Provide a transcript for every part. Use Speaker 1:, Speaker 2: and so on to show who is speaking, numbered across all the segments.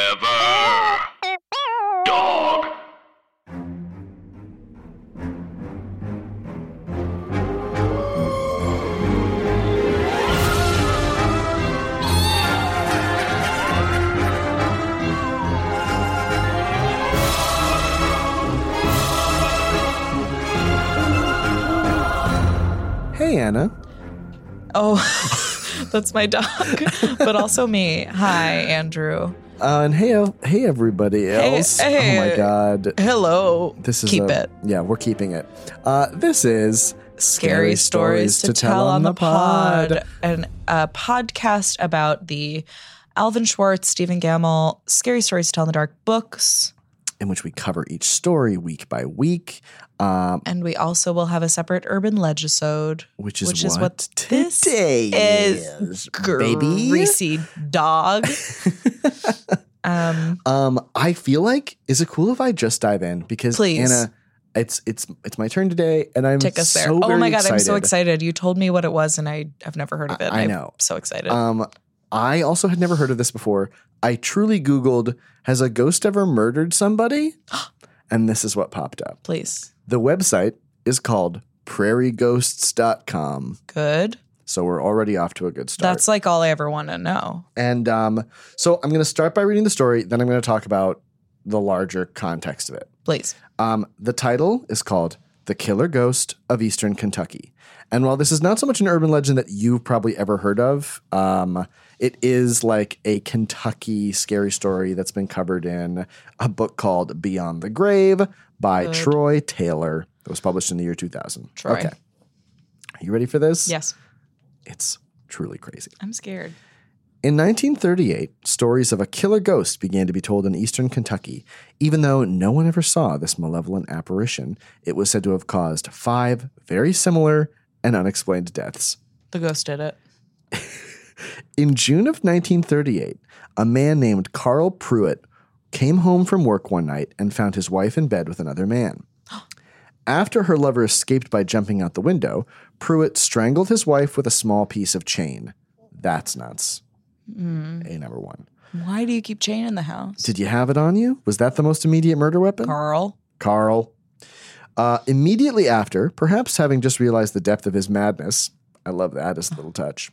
Speaker 1: Forever. Dog.
Speaker 2: Hey, Anna.
Speaker 3: Oh, that's my dog, but also me. Hi, Andrew.
Speaker 2: Uh, and hey, ev- hey, everybody else. Oh, my
Speaker 3: hey.
Speaker 2: God.
Speaker 3: Hello.
Speaker 2: This is
Speaker 3: keep
Speaker 2: a-
Speaker 3: it.
Speaker 2: Yeah, we're keeping it. Uh, this is
Speaker 3: Scary stories to, tell on the pod. and a podcast about the Alvin Schwartz, Stephen Gamble, Scary Stories to Tell in the Dark books.
Speaker 2: in which we cover each story week by week, um,
Speaker 3: And we also will have a separate urban legisode,
Speaker 2: which is
Speaker 3: Which
Speaker 2: what,
Speaker 3: is what this
Speaker 2: today
Speaker 3: is
Speaker 2: baby.
Speaker 3: greasy dog. um,
Speaker 2: Um, I feel like is it cool if I just dive in because
Speaker 3: Please.
Speaker 2: Anna, it's it's it's my turn today, and I'm
Speaker 3: take us
Speaker 2: so
Speaker 3: there. Oh
Speaker 2: very
Speaker 3: my god, I'm so excited! You told me what it was, and I have never heard of it.
Speaker 2: I- I
Speaker 3: I'm
Speaker 2: know.
Speaker 3: so excited.
Speaker 2: Um, I also had never heard of this before. I truly Googled, has a ghost ever murdered somebody? and this is what popped up.
Speaker 3: Please,
Speaker 2: The website is called prairieghosts.com.
Speaker 3: good.
Speaker 2: So we're already off to a good start.
Speaker 3: That's like all I ever want to know.
Speaker 2: and um, so I'm going to start by reading the story, then I'm going to talk about the larger context of it.
Speaker 3: Please.
Speaker 2: Um, the title is called The Killer Ghost of Eastern Kentucky. And while this is not so much an urban legend that you've probably ever heard of, um, it is like a Kentucky scary story that's been covered in a book called Beyond the Grave by
Speaker 3: Good.
Speaker 2: Troy Taylor that was published in the year 2000.
Speaker 3: Troy.
Speaker 2: Okay. Are you ready for this?
Speaker 3: Yes.
Speaker 2: It's truly crazy.
Speaker 3: I'm scared.
Speaker 2: In 1938, stories of a killer ghost began to be told in eastern Kentucky. Even though no one ever saw this malevolent apparition, it was said to have caused five very similar and unexplained deaths.
Speaker 3: The ghost did it.
Speaker 2: In June of 1938, a man named Carl Pruitt came home from work one night and found his wife in bed with another man. After her lover escaped by jumping out the window, Pruitt strangled his wife with a small piece of chain. That's nuts. A number one.
Speaker 3: Hmm. Why do you keep Jane in the house?
Speaker 2: Did you have it on you? Was that the most immediate murder weapon?
Speaker 3: Carl.
Speaker 2: Carl. Uh, immediately after, perhaps having just realized the depth of his madness, I love that as a little touch,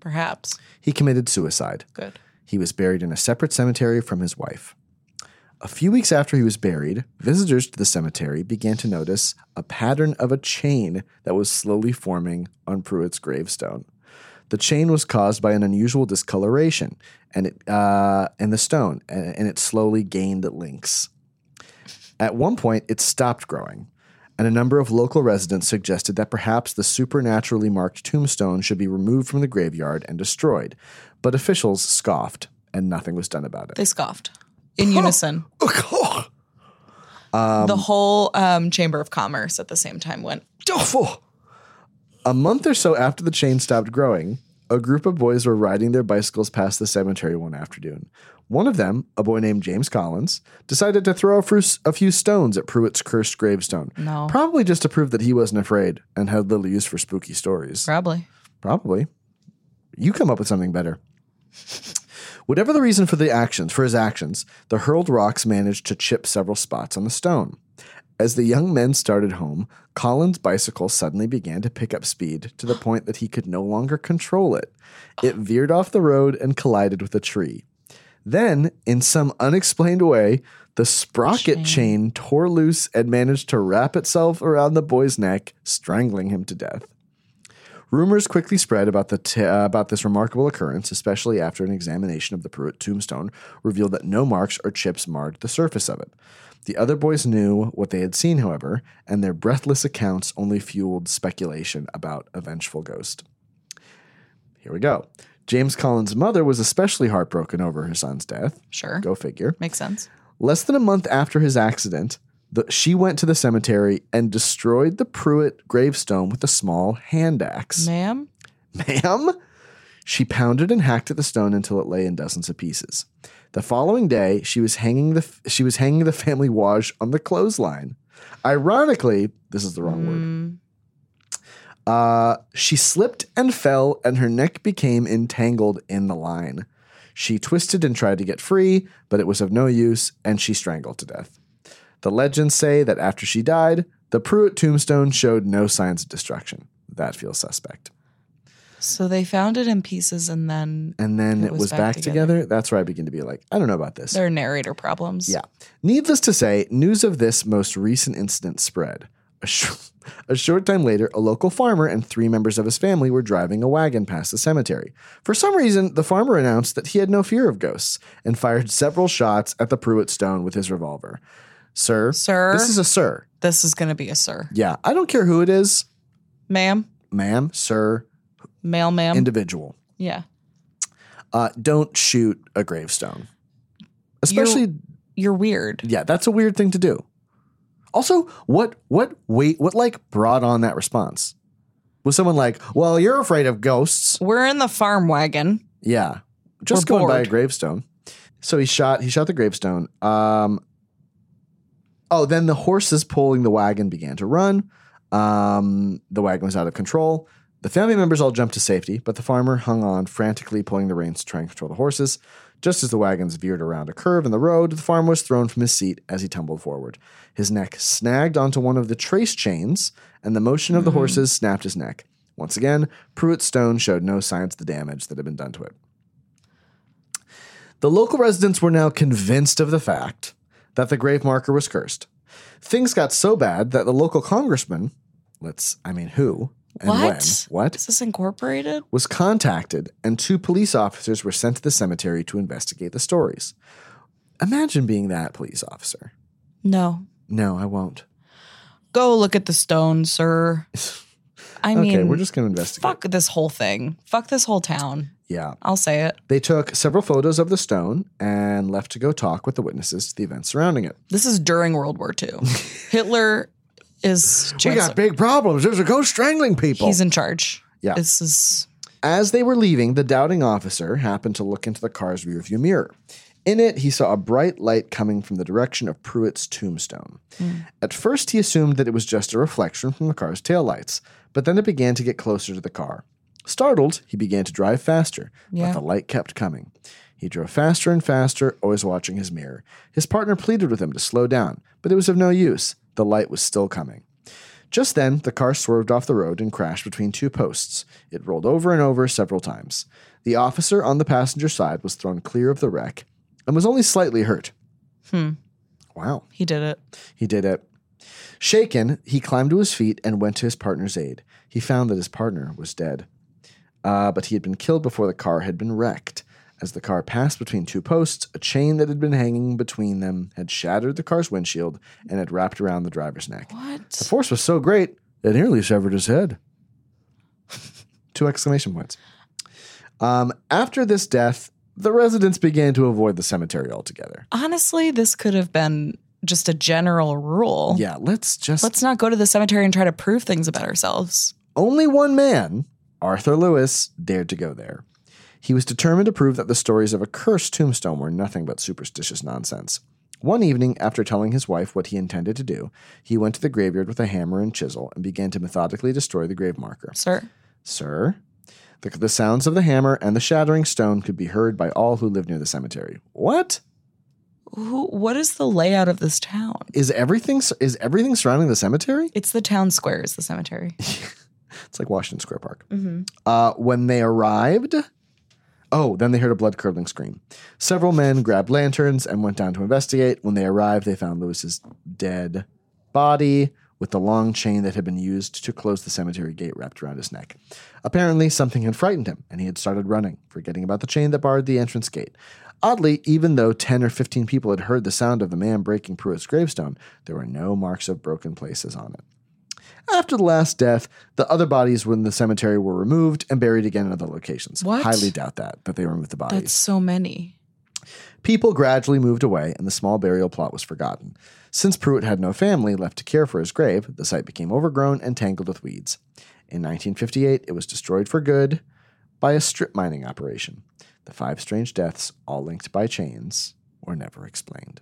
Speaker 3: Perhaps.
Speaker 2: he committed suicide.
Speaker 3: Good.
Speaker 2: He was buried in a separate cemetery from his wife. A few weeks after he was buried, visitors to the cemetery began to notice a pattern of a chain that was slowly forming on Pruitt's gravestone. The chain was caused by an unusual discoloration, and it uh, in the stone, and, and it slowly gained links. At one point, it stopped growing, and a number of local residents suggested that perhaps the supernaturally marked tombstone should be removed from the graveyard and destroyed. But officials scoffed, and nothing was done about
Speaker 3: They scoffed in unison.
Speaker 2: it.
Speaker 3: the whole um, Chamber of Commerce at the same time went.
Speaker 2: A month or so after the chain stopped growing, a group of boys were riding their bicycles past the cemetery one afternoon. One of them, a boy named James Collins, decided to throw a, fru- a few stones at Pruitt's cursed gravestone.
Speaker 3: No.
Speaker 2: Probably just to prove that he wasn't afraid and had little use for spooky stories.
Speaker 3: Probably.
Speaker 2: Probably. You come up with something better. Whatever the reason for the actions, for his actions, the hurled rocks managed to chip several spots on the stone. As the young men started home, Colin's bicycle suddenly began to pick up speed to the point that he could no longer control it. It veered off the road and collided with a tree. Then, in some unexplained way, the sprocket chain, tore loose and managed to wrap itself around the boy's neck, strangling him to death. Rumors quickly spread about the t- uh, about this remarkable occurrence, especially after an examination of the Pruitt tombstone revealed that no marks or chips marred the surface of it. The other boys knew what they had seen, however, and their breathless accounts only fueled speculation about a vengeful ghost. Here we go. James Collins' mother was especially heartbroken over her son's death.
Speaker 3: Sure.
Speaker 2: Go figure.
Speaker 3: Makes sense.
Speaker 2: Less than a month after his accident, the, she went to the cemetery and destroyed the Pruitt gravestone with a small hand axe.
Speaker 3: Ma'am?
Speaker 2: Ma'am? She pounded and hacked at the stone until it lay in dozens of pieces. The following day, she was hanging the she was hanging the family wash on the clothesline. Ironically, this is the wrong word.
Speaker 3: Mm,
Speaker 2: Uh, she slipped and fell, and her neck became entangled in the line. She twisted and tried to get free, but it was of no use, and she strangled to death. The legends say that after she died, the Pruitt tombstone showed no signs of destruction. That feels suspect.
Speaker 3: So they found it in pieces and then
Speaker 2: And then it, was, back, together. That's where I begin to be like, I don't know about this.
Speaker 3: There are narrator problems.
Speaker 2: Yeah. Needless to say, news of this most recent incident spread. A, sh- a short time later, a local farmer and three members of his family were driving a wagon past the cemetery. For some reason, the farmer announced that he had no fear of ghosts and fired several shots at the Pruitt stone with his revolver. Sir,
Speaker 3: Sir?
Speaker 2: this is a sir.
Speaker 3: This is going to be a sir.
Speaker 2: Yeah, I don't care who it is,
Speaker 3: Ma'am,
Speaker 2: ma'am, sir,
Speaker 3: male, ma'am.
Speaker 2: individual.
Speaker 3: yeah.
Speaker 2: Uh, don't shoot a gravestone, especially
Speaker 3: You're weird.
Speaker 2: Yeah, that's a weird thing to do. Also, what what wait what like brought on that response? Was someone like, "Well, you're afraid of ghosts."
Speaker 3: We're in the farm wagon.
Speaker 2: Yeah. Just
Speaker 3: We're
Speaker 2: going by a
Speaker 3: bored.
Speaker 2: gravestone. So he shot he shot the gravestone. Um Oh, then the horses pulling the wagon began to run. Um the wagon was out of control. The family members all jumped to safety, but the farmer hung on, frantically pulling the reins to try and control the horses. Just as the wagons veered around a curve in the road, the farmer was thrown from his seat as he tumbled forward. His neck snagged onto one of the trace chains, and the motion of the horses snapped his neck. Once again, Pruitt Stone showed no signs of the damage that had been done to it. The local residents were now convinced of the fact that the grave marker was cursed. Things got so bad that the local congressman, let's, I mean, who and
Speaker 3: What?
Speaker 2: when, what,
Speaker 3: Is this incorporated?
Speaker 2: was contacted, and two police officers were sent to the cemetery to investigate the stories. Imagine being that police officer.
Speaker 3: No.
Speaker 2: No, I won't.
Speaker 3: Go look at the stone, sir. I mean,
Speaker 2: okay, we're just going to investigate.
Speaker 3: fuck this whole thing. Fuck this whole town.
Speaker 2: Yeah.
Speaker 3: I'll say it.
Speaker 2: They took several photos of the stone and left to go talk with the witnesses to the events surrounding it.
Speaker 3: This is during World War II. Hitler is chancellor.
Speaker 2: big problems. There's a ghost strangling people.
Speaker 3: He's in charge.
Speaker 2: Yeah.
Speaker 3: This is
Speaker 2: As they were leaving, the doubting officer happened to look into the car's rearview mirror. In it, he saw a bright light coming from the direction of Pruitt's tombstone. At first, he assumed that it was just a reflection from the car's taillights, but then it began to get closer to the car. Startled, he began to drive faster,
Speaker 3: Yeah.
Speaker 2: but the light kept coming. He drove faster and faster, always watching his mirror. His partner pleaded with him to slow down, but it was of no use. The light was still coming. Just then, the car swerved off the road and crashed between two posts. It rolled over and over several times. The officer on the passenger side was thrown clear of the wreck and was only slightly hurt. Hmm. Wow.
Speaker 3: he did it.
Speaker 2: He did it. Shaken, he climbed to his feet and went to his partner's aid. He found that his partner was dead. Uh, but he had been killed before the car had been wrecked. As the car passed between two posts, a chain that had been hanging between them had shattered the car's windshield and had wrapped around the driver's neck. The
Speaker 3: What?
Speaker 2: force was so great it nearly severed his head. Two exclamation points. Um, after this death, the residents began to avoid the cemetery altogether.
Speaker 3: Honestly, this could have been just a general rule.
Speaker 2: Yeah, Oh. let's just.
Speaker 3: Let's not go to the cemetery and try to prove things about ourselves.
Speaker 2: Only one man, Arthur Lewis, dared to go there. He was determined to prove that the stories of a cursed tombstone were nothing but superstitious nonsense. One evening, after telling his wife what he intended to do, he went to the graveyard with a hammer and chisel and began to methodically destroy the grave marker.
Speaker 3: Sir,
Speaker 2: Sir? The, the sounds of the hammer and the shattering stone could be heard by all who lived near the cemetery. What?
Speaker 3: who what is the layout of this town?
Speaker 2: Is everything is everything surrounding the cemetery?
Speaker 3: It's the town square is the cemetery.
Speaker 2: It's like Washington Square Park.
Speaker 3: Mhm.
Speaker 2: Uh, when they arrived, oh, then they heard a blood curdling scream. Several men grabbed lanterns and went down to investigate. When they arrived, they found Lewis's dead body with the long chain that had been used to close the cemetery gate wrapped around his neck. Apparently, something had frightened him, and he had started running, forgetting about the chain that barred the entrance gate. Oddly, even though 10 or 15 people had heard the sound of the man breaking Pruitt's gravestone, there were no marks of broken places on it. After the last death, the other bodies in the cemetery were removed and buried again in other locations.
Speaker 3: What?
Speaker 2: Highly doubt that, that they removed the bodies.
Speaker 3: That's so many.
Speaker 2: People gradually moved away, and the small burial plot was forgotten. Since Pruitt had no family left to care for his grave, the site became overgrown and tangled with weeds. In 1958, it was destroyed for good by a strip mining operation. The five strange deaths, all linked by chains, were never explained.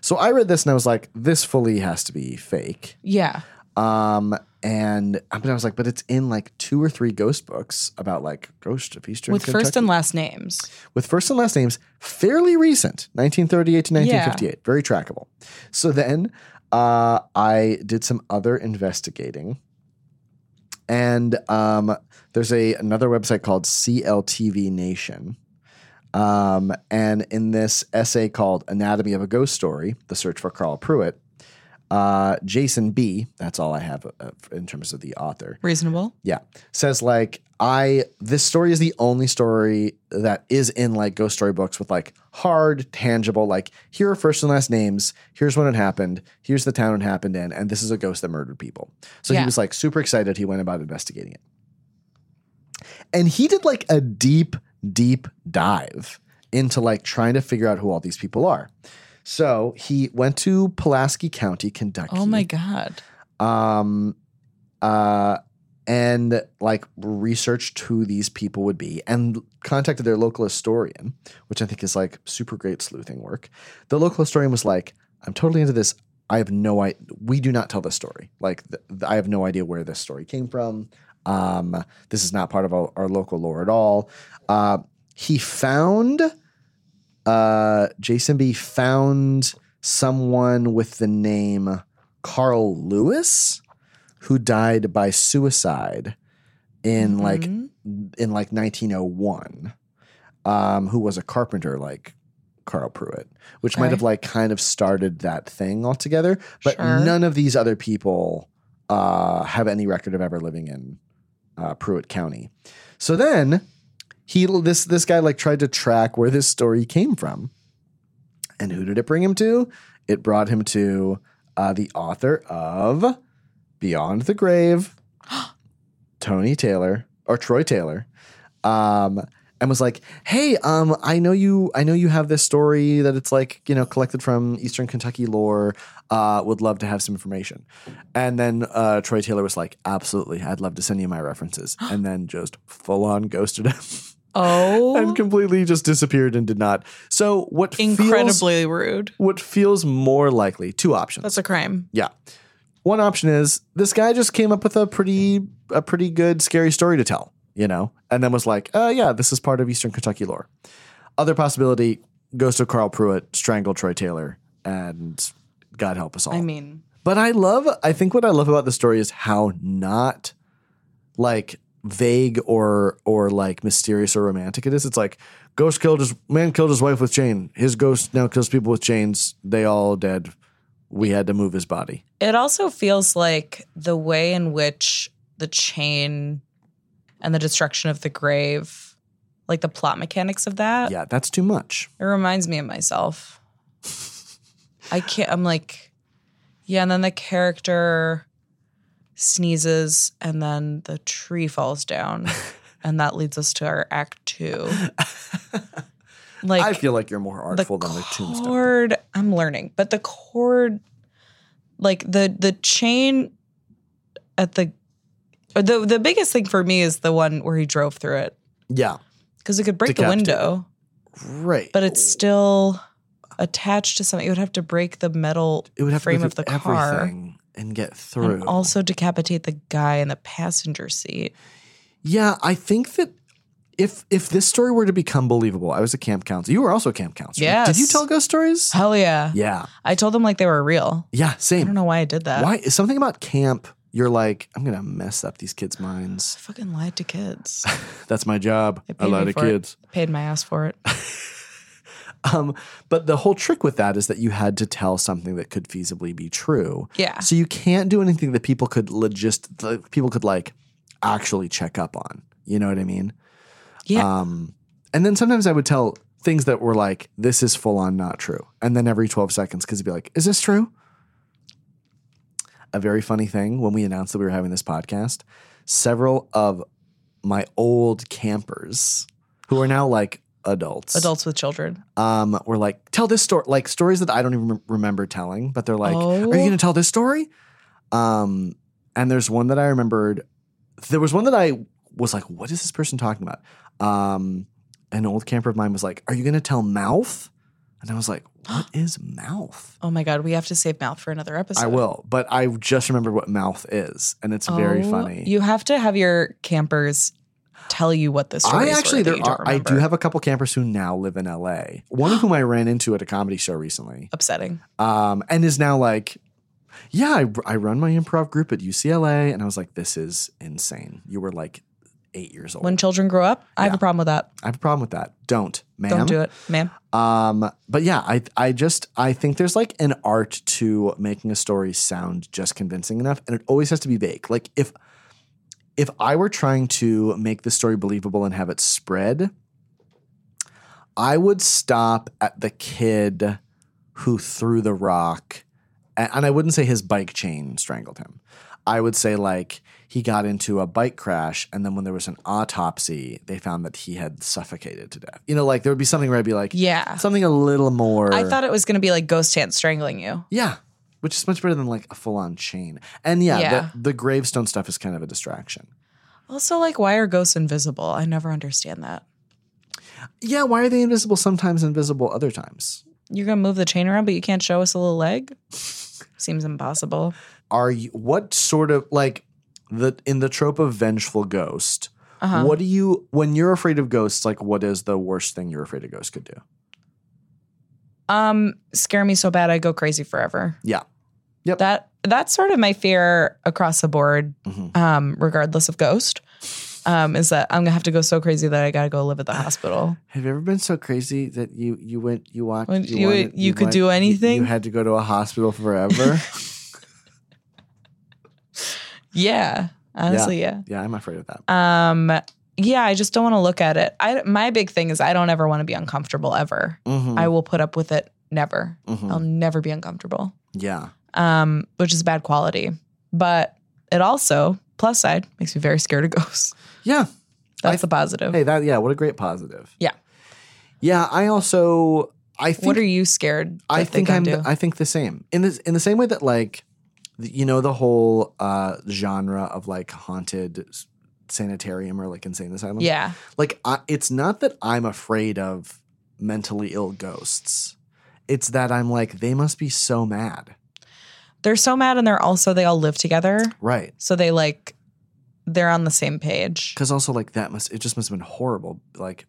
Speaker 2: So I read this and I was like, this fully has to be fake.
Speaker 3: Yeah.
Speaker 2: Um, And I, mean, I was like, but it's in like two or three ghost books about like ghosts of Eastern
Speaker 4: with first and
Speaker 2: Kentucky.
Speaker 4: last names.
Speaker 2: with first and last names, fairly recent, 1938 to 1958, very trackable. So then uh, I did some other investigating. And um, there's a another website called CLTV Nation. Um, and in this essay called Anatomy of a Ghost Story The Search for Carl Pruitt, uh, Jason B., that's all I have uh, in terms of the author,
Speaker 4: Reasonable.
Speaker 2: yeah says like i this story is the only story that is in like ghost story books with like hard tangible like here are first and last names here's when it happened here's the town it happened in and this is a ghost that murdered people so he
Speaker 4: Yeah.
Speaker 2: was like super excited he went about investigating it and he did like a deep deep dive into like trying to figure out who all these people are so he went to pulaski county kentucky
Speaker 4: Oh my god.
Speaker 2: um, uh, and like researched who these people would be and contacted their local historian, which I think is like super great sleuthing work. The local historian was like, I'm totally into this. I have no idea. We do not tell this story. Like, th- th- I have no idea where this story came from. Um, this is not part of our, our local lore at all. Uh, he found, uh, Jason B found someone with the name Carl Lewis, who died by suicide in
Speaker 3: Mm-hmm.
Speaker 2: like
Speaker 4: Mhm.
Speaker 2: in like 1901, um, who was a carpenter like Carl Pruitt, which might
Speaker 4: Okay.
Speaker 2: have like kind of started that thing altogether. But
Speaker 4: Sure.
Speaker 2: none of these other people uh, have any record of ever living in uh, Pruitt County. So then he this this guy like tried to track where this story came from, and who did it bring him to? It brought him to uh, the author of Beyond the Grave, Tony Taylor or Troy Taylor, um, and was like, "Hey, um, I know you. I know you have this story that it's like you know collected from Eastern Kentucky lore. Uh, would love to have some information." And then uh, Troy Taylor was like, "Absolutely, I'd love to send you my references." and then just full on ghosted him
Speaker 4: Oh,
Speaker 2: and completely just disappeared and did not. So what feels-
Speaker 4: incredibly rude.
Speaker 2: what feels more likely? Two options.
Speaker 4: That's a crime.
Speaker 2: Yeah. One option is this guy just came up with a pretty a pretty good scary story to tell, you know, and then was like, uh yeah, this is part of Eastern Kentucky lore. Other possibility, goes to Carl Pruitt, strangled Troy Taylor, and God help us all.
Speaker 4: I mean,
Speaker 2: But I love, I think what I love about the story is how not like vague or or like mysterious or romantic it is. It's like ghost killed his man killed his wife with chain. His ghost now kills people with chains. They all dead. We had to move his body.
Speaker 3: It also feels like the way in which the chain and the destruction of the grave, like the plot mechanics of that,
Speaker 2: Yeah, that's too much.
Speaker 3: it reminds me of myself. I can't, I'm like, yeah, and then the character sneezes and then the tree falls down. and that leads us to our act two. Like,
Speaker 2: I feel like you're more artful than the tombstone.
Speaker 3: cord i'm learning but the cord like the the chain at the or the the biggest thing for me is the one where he drove through it
Speaker 2: Yeah,
Speaker 3: because it could break the
Speaker 2: Decapitated.
Speaker 3: window
Speaker 2: right.
Speaker 3: but it's still attached to something it would have to break the metal
Speaker 2: it would have
Speaker 3: frame
Speaker 2: to go
Speaker 3: of the
Speaker 2: through
Speaker 3: car
Speaker 2: everything and get through.
Speaker 3: and also decapitate the guy in the passenger seat
Speaker 2: Yeah, I think that if if this story were to become believable, I was a camp counselor. You were also a camp counselor. right? Did you
Speaker 3: Yes.
Speaker 2: tell ghost stories?
Speaker 3: hell yeah
Speaker 2: Yeah.
Speaker 3: i told them like they were real
Speaker 2: Yeah,
Speaker 3: i don't
Speaker 2: same.
Speaker 3: know why i did that
Speaker 2: Why something about camp, you're like, I'm gonna mess up these kids' minds.
Speaker 3: i fucking lied to kids
Speaker 2: That's my job.
Speaker 3: They paid
Speaker 2: A lot
Speaker 3: me
Speaker 2: of
Speaker 3: for it.
Speaker 2: kids.
Speaker 3: paid my ass for it
Speaker 2: Um, but the whole trick with that is that you had to tell something that could feasibly be true.
Speaker 3: yeah
Speaker 2: So you can't do anything that people could logist that people could like actually check up on. You know what I mean?
Speaker 3: Yeah.
Speaker 2: Um, and then sometimes I would tell things that were like, "This is full on not true," and then every twelve seconds, because it'd be like, "Is this true?" A very funny thing when we announced that we were having this podcast, several of my old campers who are now like adults,
Speaker 3: adults with children
Speaker 2: um, were like, tell this story, like stories that I don't even rem- remember telling, but they're like,
Speaker 4: Oh.
Speaker 2: are you going to tell this story? Um, and there's one that I remembered. There was one that I was like, what is this person talking about? Um, an old camper of mine was like, are you going to tell mouth? And I was like, what is mouth?
Speaker 3: Oh my God, we have to save mouth for another episode.
Speaker 2: I will, but I just remembered what mouth is, and it's very
Speaker 3: Oh,
Speaker 2: funny.
Speaker 3: You have to have your campers tell you what the story
Speaker 2: I
Speaker 3: is.
Speaker 2: actually
Speaker 3: that
Speaker 2: there
Speaker 3: you don't
Speaker 2: are I do
Speaker 3: remember.
Speaker 2: have a couple campers who now live in LA. One of whom I ran into at a comedy show recently,
Speaker 3: upsetting.
Speaker 2: um, and is now like, yeah, I, I run my improv group at UCLA, and I was like, this is insane. You were like eight years old.
Speaker 3: When children grow up, I have
Speaker 2: Yeah.
Speaker 3: a problem with that.
Speaker 2: I have a problem with that. Don't, ma'am.
Speaker 3: Don't do it, ma'am.
Speaker 2: Um, but yeah, I I just I think there's like an art to making a story sound just convincing enough, and it always has to be vague. Like if if I were trying to make the story believable and have it spread, I would stop at the kid who threw the rock, and, and I wouldn't say his bike chain strangled him. I would say like he got into a bike crash, and then when there was an autopsy, they found that he had suffocated to death. You know, like there would be something where I'd be like,
Speaker 3: Yeah.
Speaker 2: something a little more.
Speaker 3: I thought it was going to be like ghost hand strangling you.
Speaker 2: yeah, which is much better than like a full on chain. And yeah,
Speaker 3: Yeah.
Speaker 2: The, the gravestone stuff is kind of a distraction.
Speaker 3: Also, like, why are ghosts invisible? I never understand that.
Speaker 2: Yeah, why are they invisible? Sometimes invisible, other times.
Speaker 3: You're going to move the chain around, but you can't show us a little leg? Seems impossible.
Speaker 2: Are you what sort of like the in the trope of vengeful ghost?
Speaker 3: Uh-huh.
Speaker 2: What do you when you're afraid of ghosts? Like, what is the worst thing you're afraid of ghosts could do?
Speaker 3: Um, scare me so bad I go crazy forever.
Speaker 2: Yeah. Yep.
Speaker 3: That that's sort of my fear across the board,
Speaker 2: Mhm.
Speaker 3: um, regardless of ghost. Um, is that I'm gonna have to go so crazy that I gotta go live at the hospital.
Speaker 2: Have you ever been so crazy that you you went you walked
Speaker 3: When you-
Speaker 2: wanted-
Speaker 3: you could
Speaker 2: want-
Speaker 3: do
Speaker 2: you-
Speaker 3: anything?
Speaker 2: You had to go to a hospital forever.
Speaker 3: Yeah. Honestly, yeah.
Speaker 2: yeah, I'm afraid of that.
Speaker 3: Um yeah, I just don't want to look at it. I my big thing is I don't ever want to be uncomfortable ever.
Speaker 2: Mhm,
Speaker 3: I will put up with it never.
Speaker 2: mhm.
Speaker 3: I'll never be uncomfortable.
Speaker 2: yeah.
Speaker 3: Um, which is bad quality. But it also, plus side, makes me very scared of ghosts.
Speaker 2: Yeah.
Speaker 3: That's the positive.
Speaker 2: Hey, that yeah, what a great positive.
Speaker 3: Yeah.
Speaker 2: Yeah, I also I think
Speaker 3: what are you scared?
Speaker 2: I
Speaker 3: that they
Speaker 2: think
Speaker 3: can
Speaker 2: I'm
Speaker 3: do?
Speaker 2: the, I think the same. In this in the same way that like the- you know the whole uh genre of like haunted s- sanitarium or like insane asylum.
Speaker 3: yeah.
Speaker 2: Like I, it's not that I'm afraid of mentally ill ghosts. It's that I'm like they must be so mad.
Speaker 3: They're so mad and they're also they all live together.
Speaker 2: Right.
Speaker 3: So they like they're on the same page.
Speaker 2: Cuz also like that must it just must have been horrible like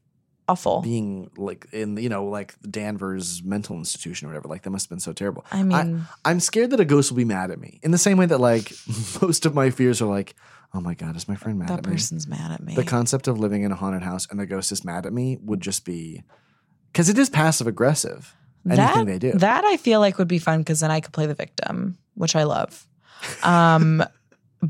Speaker 3: Awful.
Speaker 2: being like in you know like Danvers mental institution or whatever like that must have been so terrible.
Speaker 3: I mean,
Speaker 2: I'm scared that a ghost will be mad at me. In the same way that like most of my fears are like, oh my god, is my friend mad
Speaker 3: that
Speaker 2: at
Speaker 3: person's mad at me.
Speaker 2: me? The concept of living in a haunted house and the ghost is mad at me would just be because it is passive aggressive. Anything
Speaker 3: that,
Speaker 2: they do.
Speaker 3: that I feel like would be fun because then I could play the victim, which I love. Um,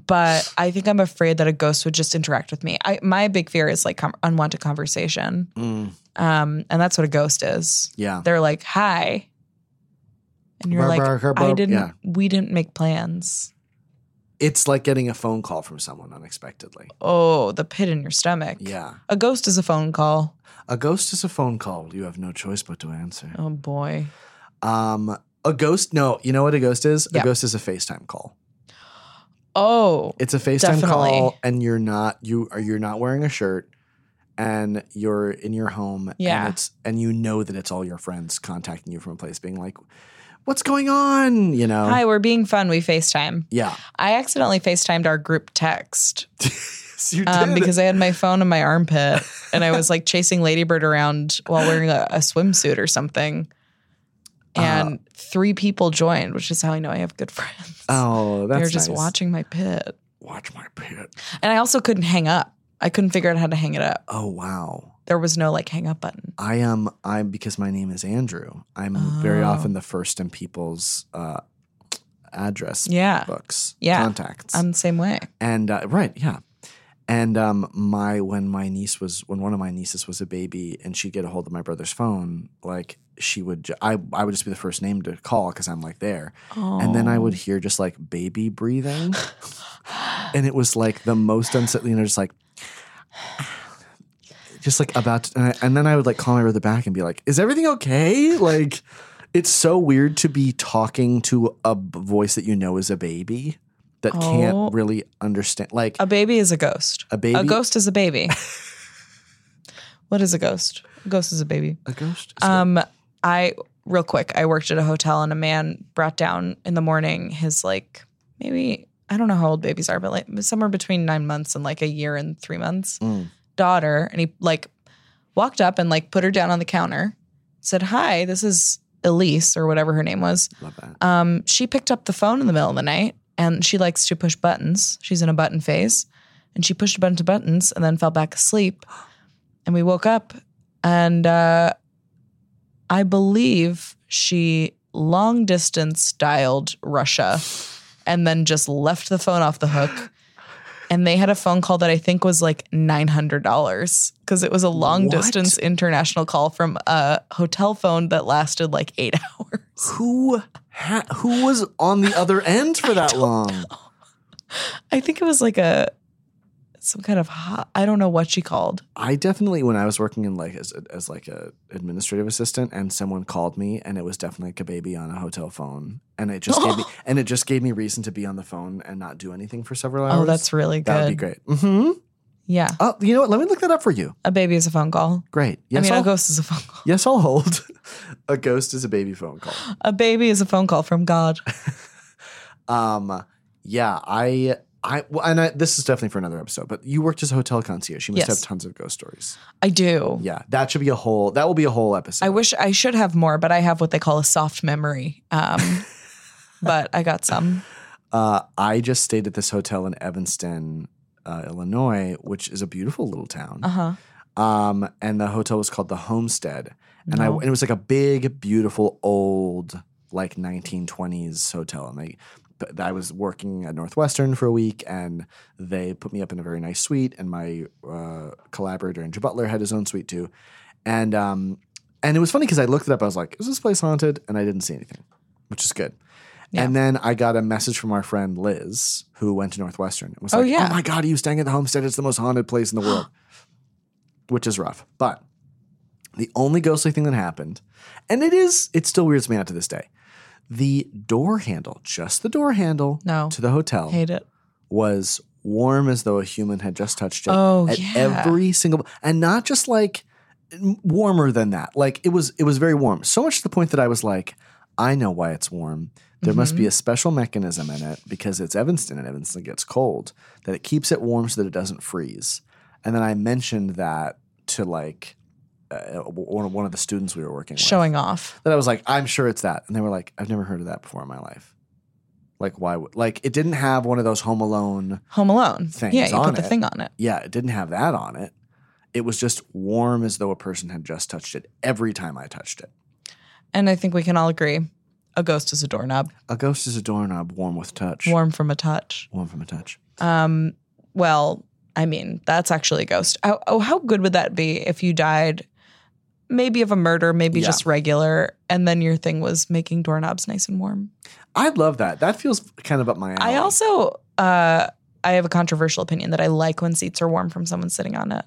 Speaker 3: but I think I'm afraid that a ghost would just interact with me. I my big fear is like com- unwanted conversation.
Speaker 2: Mm,
Speaker 3: Um, and that's what a ghost is.
Speaker 2: yeah.
Speaker 3: They're like, "Hi," and you're like,
Speaker 2: Bar- bar- bar-
Speaker 3: "I didn't.
Speaker 2: yeah.
Speaker 3: We didn't make plans."
Speaker 2: It's like getting a phone call from someone unexpectedly.
Speaker 3: Oh, the pit in your stomach.
Speaker 2: Yeah.
Speaker 3: A ghost is a phone call.
Speaker 2: A ghost is a phone call. You have no choice but to answer.
Speaker 3: Oh boy.
Speaker 2: Um a ghost, no, you know what a ghost is?
Speaker 3: Oh. Yeah.
Speaker 2: A ghost is a FaceTime call.
Speaker 3: Oh,
Speaker 2: It's a FaceTime
Speaker 3: Definitely.
Speaker 2: call and you're not you are you're not wearing a shirt and you're in your home
Speaker 3: Yeah.
Speaker 2: and it's and you know that it's all your friends contacting you from a place being like, What's going on? You know?
Speaker 3: hi, we're being fun. We FaceTime.
Speaker 2: Yeah.
Speaker 3: I accidentally FaceTimed our group text
Speaker 2: So you
Speaker 3: um,
Speaker 2: did.
Speaker 3: because I had my phone in my armpit and I was like chasing Ladybird around while wearing a, a swimsuit or something.
Speaker 2: Uh,
Speaker 3: And three people joined, which is how I know I have good friends.
Speaker 2: Oh, that's
Speaker 3: they were just
Speaker 2: nice.
Speaker 3: watching my pit.
Speaker 2: Watch my pit.
Speaker 3: And I also couldn't hang up. I couldn't figure out how to hang it up.
Speaker 2: Oh wow.
Speaker 3: There was no like hang up button.
Speaker 2: I am I'm because my name is Andrew. I'm very
Speaker 3: Oh.
Speaker 2: often the first in people's uh address
Speaker 3: Yeah.
Speaker 2: books.
Speaker 3: Yeah.
Speaker 2: Contacts.
Speaker 3: I'm the same way.
Speaker 2: and uh, right yeah and um my when my niece was when one of my nieces was a baby and she'd get a hold of my brother's phone like she would ju- I, I would just be the first name to call because i'm like there
Speaker 3: Oh.
Speaker 2: and then i would hear just like baby breathing and it was like the most unsettling you know just like just like about to, and, I, and then i would like call my brother back and be like is everything okay like it's so weird to be talking to a b- voice that you know is a baby that
Speaker 3: Oh.
Speaker 2: can't really understand like
Speaker 3: A baby is a ghost.
Speaker 2: A baby-
Speaker 3: A ghost is a baby. what is a ghost? A ghost is a baby.
Speaker 2: a ghost is
Speaker 3: Um, I real quick, I worked at a hotel and a man brought down in the morning his like maybe I don't know how old babies are, but like somewhere between nine months and like a year and three months
Speaker 2: Mm.
Speaker 3: daughter, and he like walked up and like put her down on the counter, said, "Hi, this is Elise or whatever her name was."
Speaker 2: Love that.
Speaker 3: um, she picked up the phone in the middle of the night and she likes to push buttons. She's in a button phase. And she pushed a bunch of buttons and then fell back asleep. And we woke up and uh, I believe she long distance dialed Russia and then just left the phone off the hook. And they had a phone call that I think was like $900 because it was a long distance international call from a hotel phone that lasted like eight hours.
Speaker 2: Who ha- who was on the other end for that long?
Speaker 3: I think it was like a some kind of hot, I don't know what she called.
Speaker 2: I definitely when I was working in like as as like a administrative assistant and someone called me and it was definitely like a baby on a hotel phone and it just gave me and it just gave me reason to be on the phone and not do anything for several hours.
Speaker 3: Oh, that's really good.
Speaker 2: that would be great. Mm-hmm.
Speaker 3: Yeah,
Speaker 2: Oh, you know what? Let me look that up for you.
Speaker 3: a baby is a phone call.
Speaker 2: Great. Yes, oh.
Speaker 3: I mean,
Speaker 2: will
Speaker 3: a ghost is a phone call.
Speaker 2: yes, I'll hold. a ghost is a baby phone call.
Speaker 3: A baby is a phone call from God.
Speaker 2: Um, yeah, I, I, well, and I, this is definitely for another episode. But you worked as a hotel concierge. You must
Speaker 3: Yes.
Speaker 2: have tons of ghost stories.
Speaker 3: I do.
Speaker 2: Yeah, that should be a whole. That will be a whole episode.
Speaker 3: I wish I should have more, but I have what they call a soft memory. Um, but I got some.
Speaker 2: Uh, I just stayed at this hotel in Evanston, uh, Illinois, which is a beautiful little town.
Speaker 3: Uh huh.
Speaker 2: Um, and the hotel was called the Homestead, and I
Speaker 3: No.
Speaker 2: and it was like a big, beautiful old like 1920s hotel, and they. but I was working at Northwestern for a week, and they put me up in a very nice suite. And my uh, collaborator Andrew Butler had his own suite too, and um, and it was funny because I looked it up. I was like, "Is this place haunted?" And I didn't see anything, which is good.
Speaker 3: Yeah.
Speaker 2: And then I got a message from our friend Liz, who went to Northwestern, and was
Speaker 3: Oh,
Speaker 2: like,
Speaker 3: yeah.
Speaker 2: "Oh my god, are you staying at the Homestead? It's the most haunted place in the world," which is rough. But the only ghostly thing that happened, and it is, it still weirds me out to this day. The door handle, just the door handle
Speaker 3: No.
Speaker 2: to the hotel,
Speaker 3: Hate it.
Speaker 2: was warm as though a human had just touched it.
Speaker 3: Oh,
Speaker 2: at
Speaker 3: yeah.
Speaker 2: every single, and not just like m- warmer than that. Like it was, it was very warm. So much to the point that I was like, I know why it's warm. There must
Speaker 3: Mm-hmm.
Speaker 2: be a special mechanism in it because it's Evanston and Evanston gets cold that it keeps it warm so that it doesn't freeze. And then I mentioned that to like uh, one of- one of the students we were working with
Speaker 3: Showing off.
Speaker 2: that I was like, I'm sure it's that. And they were like, I've never heard of that before in my life. Like, why would, like, it didn't have one of those Home Alone.
Speaker 3: Home Alone.
Speaker 2: Things
Speaker 3: yeah, you
Speaker 2: on
Speaker 3: put the
Speaker 2: it.
Speaker 3: thing on it.
Speaker 2: Yeah, it didn't have that on it. It was just warm as though a person had just touched it every time I touched it.
Speaker 3: And I think we can all agree a ghost is a doorknob,
Speaker 2: A ghost is a doorknob warm with touch.
Speaker 3: warm from a touch.
Speaker 2: Warm from a touch.
Speaker 3: Um, well, I mean, that's actually a ghost. Oh, oh, how good would that be if you died maybe of a murder, maybe
Speaker 2: Yeah.
Speaker 3: just regular, and then your thing was making doorknobs nice and warm?
Speaker 2: I'd love that. That feels kind of up my alley.
Speaker 3: I also uh I have a controversial opinion that I like when seats are warm from someone sitting on it.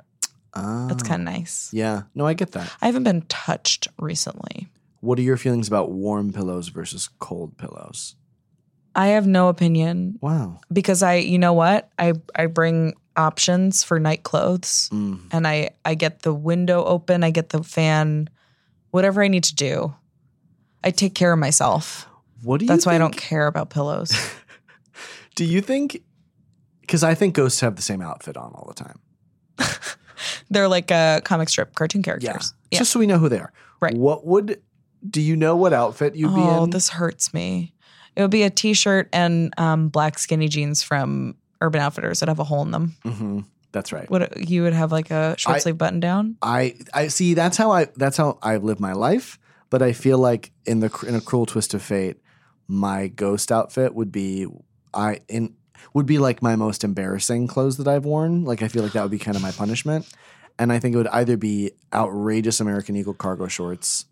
Speaker 2: Oh.
Speaker 3: That's kind of nice.
Speaker 2: Yeah. No, I get that.
Speaker 3: I haven't been touched recently.
Speaker 2: What are your feelings about warm pillows versus cold pillows?
Speaker 3: I have no opinion
Speaker 2: Wow.
Speaker 3: because I, you know what? I I bring options for night clothes.
Speaker 2: Mm.
Speaker 3: and I I get the window open, I get the fan, whatever I need to do. I take care of myself.
Speaker 2: What do you
Speaker 3: That's why I don't
Speaker 2: think-
Speaker 3: care about pillows.
Speaker 2: Do you think? Because I think ghosts have the same outfit on all the time.
Speaker 3: They're like uh, comic strip cartoon characters. Yeah.
Speaker 2: Just so we know who they are.
Speaker 3: Right.
Speaker 2: What would? Do you know what outfit you'd be
Speaker 3: Oh,
Speaker 2: in?
Speaker 3: this hurts me. It would be a t-shirt and um, black skinny jeans from Urban Outfitters that have a hole in them.
Speaker 2: hmm That's right.
Speaker 3: Would you would have like a
Speaker 2: I-
Speaker 3: short sleeve button down?
Speaker 2: I I see. That's how I. That's how I live my life. But I feel like in the cr- in a cruel twist of fate, my ghost outfit would be I in would be like my most embarrassing clothes that I've worn. Like I feel like that would be kind of my punishment. And I think it would either be outrageous American Eagle cargo shorts,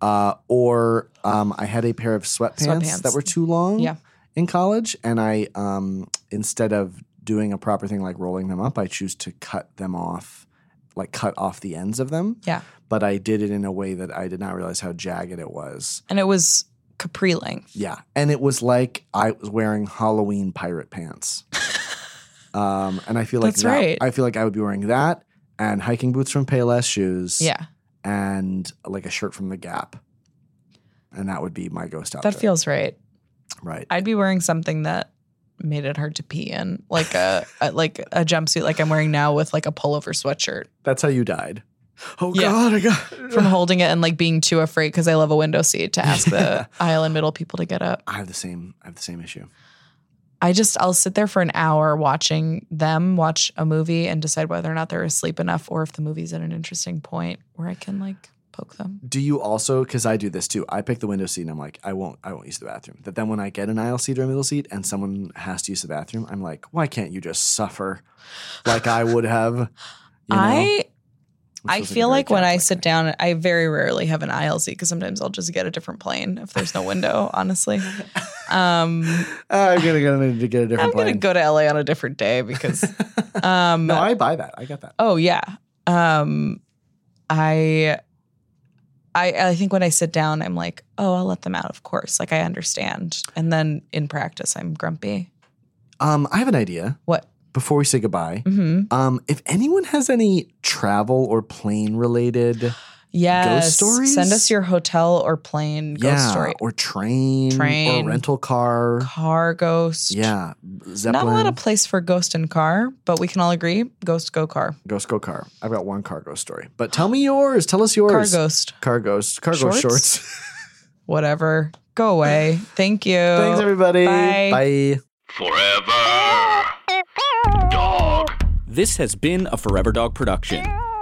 Speaker 2: uh, or um, I had a pair of sweatpants,
Speaker 3: Sweatpants.
Speaker 2: that were too long
Speaker 3: Yeah.
Speaker 2: in college, and I um, instead of doing a proper thing like rolling them up, I choose to cut them off, like cut off the ends of them.
Speaker 3: Yeah.
Speaker 2: But I did it in a way that I did not realize how jagged it was.
Speaker 3: And it was capri length.
Speaker 2: Yeah, and it was like I was wearing Halloween pirate pants. um, and I feel like
Speaker 3: That's
Speaker 2: that-
Speaker 3: right.
Speaker 2: I feel like I would be wearing that and hiking boots from Payless shoes.
Speaker 3: Yeah.
Speaker 2: and like a shirt from the Gap. and that would be my ghost outfit.
Speaker 3: That feels right.
Speaker 2: right.
Speaker 3: I'd be wearing something that made it hard to pee in, like a, a like a jumpsuit, like I'm wearing now with like a pullover sweatshirt
Speaker 2: That's how you died. Oh
Speaker 3: Yeah.
Speaker 2: God, I got
Speaker 3: from holding it and like being too afraid because I love a window seat to ask
Speaker 2: Yeah.
Speaker 3: the aisle and middle people to get up.
Speaker 2: I have the same. I have the same issue.
Speaker 3: I just I'll sit there for an hour watching them watch a movie and decide whether or not they're asleep enough or if the movie's at an interesting point where I can like poke them.
Speaker 2: Do you also? Because I do this too. I pick the window seat and I'm like, I won't. I won't use the bathroom. That then when I get an aisle seat or a middle seat and someone has to use the bathroom, I'm like, why can't you just suffer, like I would have? You know?
Speaker 3: I
Speaker 2: Which
Speaker 3: I
Speaker 2: feels a
Speaker 3: feel
Speaker 2: very
Speaker 3: like when I
Speaker 2: Catholic
Speaker 3: sit
Speaker 2: thing.
Speaker 3: down, I very rarely have an aisle seat because sometimes I'll just get a different plane if there's no window. honestly, um,
Speaker 2: I'm gonna go need to get a
Speaker 3: I'm
Speaker 2: different.
Speaker 3: gonna
Speaker 2: plane.
Speaker 3: go to LA on a different day because. Um,
Speaker 2: No, I buy that. I get that.
Speaker 3: Oh yeah. Um I I I think when I sit down I'm like, "Oh, I'll let them out, of course." Like I understand. And then in practice I'm grumpy.
Speaker 2: Um, I have an idea.
Speaker 3: What?
Speaker 2: Before we say goodbye,
Speaker 3: Mhm.
Speaker 2: um, if anyone has any travel or plane related,
Speaker 3: Yes.
Speaker 2: stories?
Speaker 3: Send us your hotel or plane ghost
Speaker 2: yeah,
Speaker 3: story.
Speaker 2: or train,
Speaker 3: Train.
Speaker 2: or rental car,
Speaker 3: Car ghost.
Speaker 2: yeah,
Speaker 3: Not
Speaker 2: zeppelin,
Speaker 3: a lot of place for ghost and car, but we can all agree ghost go car.
Speaker 2: ghost go car. I've got one car ghost story, but tell me yours. Tell us
Speaker 3: Car
Speaker 2: yours.
Speaker 3: ghost.
Speaker 2: Car ghost. Car ghost
Speaker 3: Shorts?
Speaker 2: shorts.
Speaker 3: Whatever. Go away. Thank you.
Speaker 2: Thanks everybody.
Speaker 3: Bye.
Speaker 2: Bye.
Speaker 1: Forever. Dog.
Speaker 5: This has been a Forever Dog production.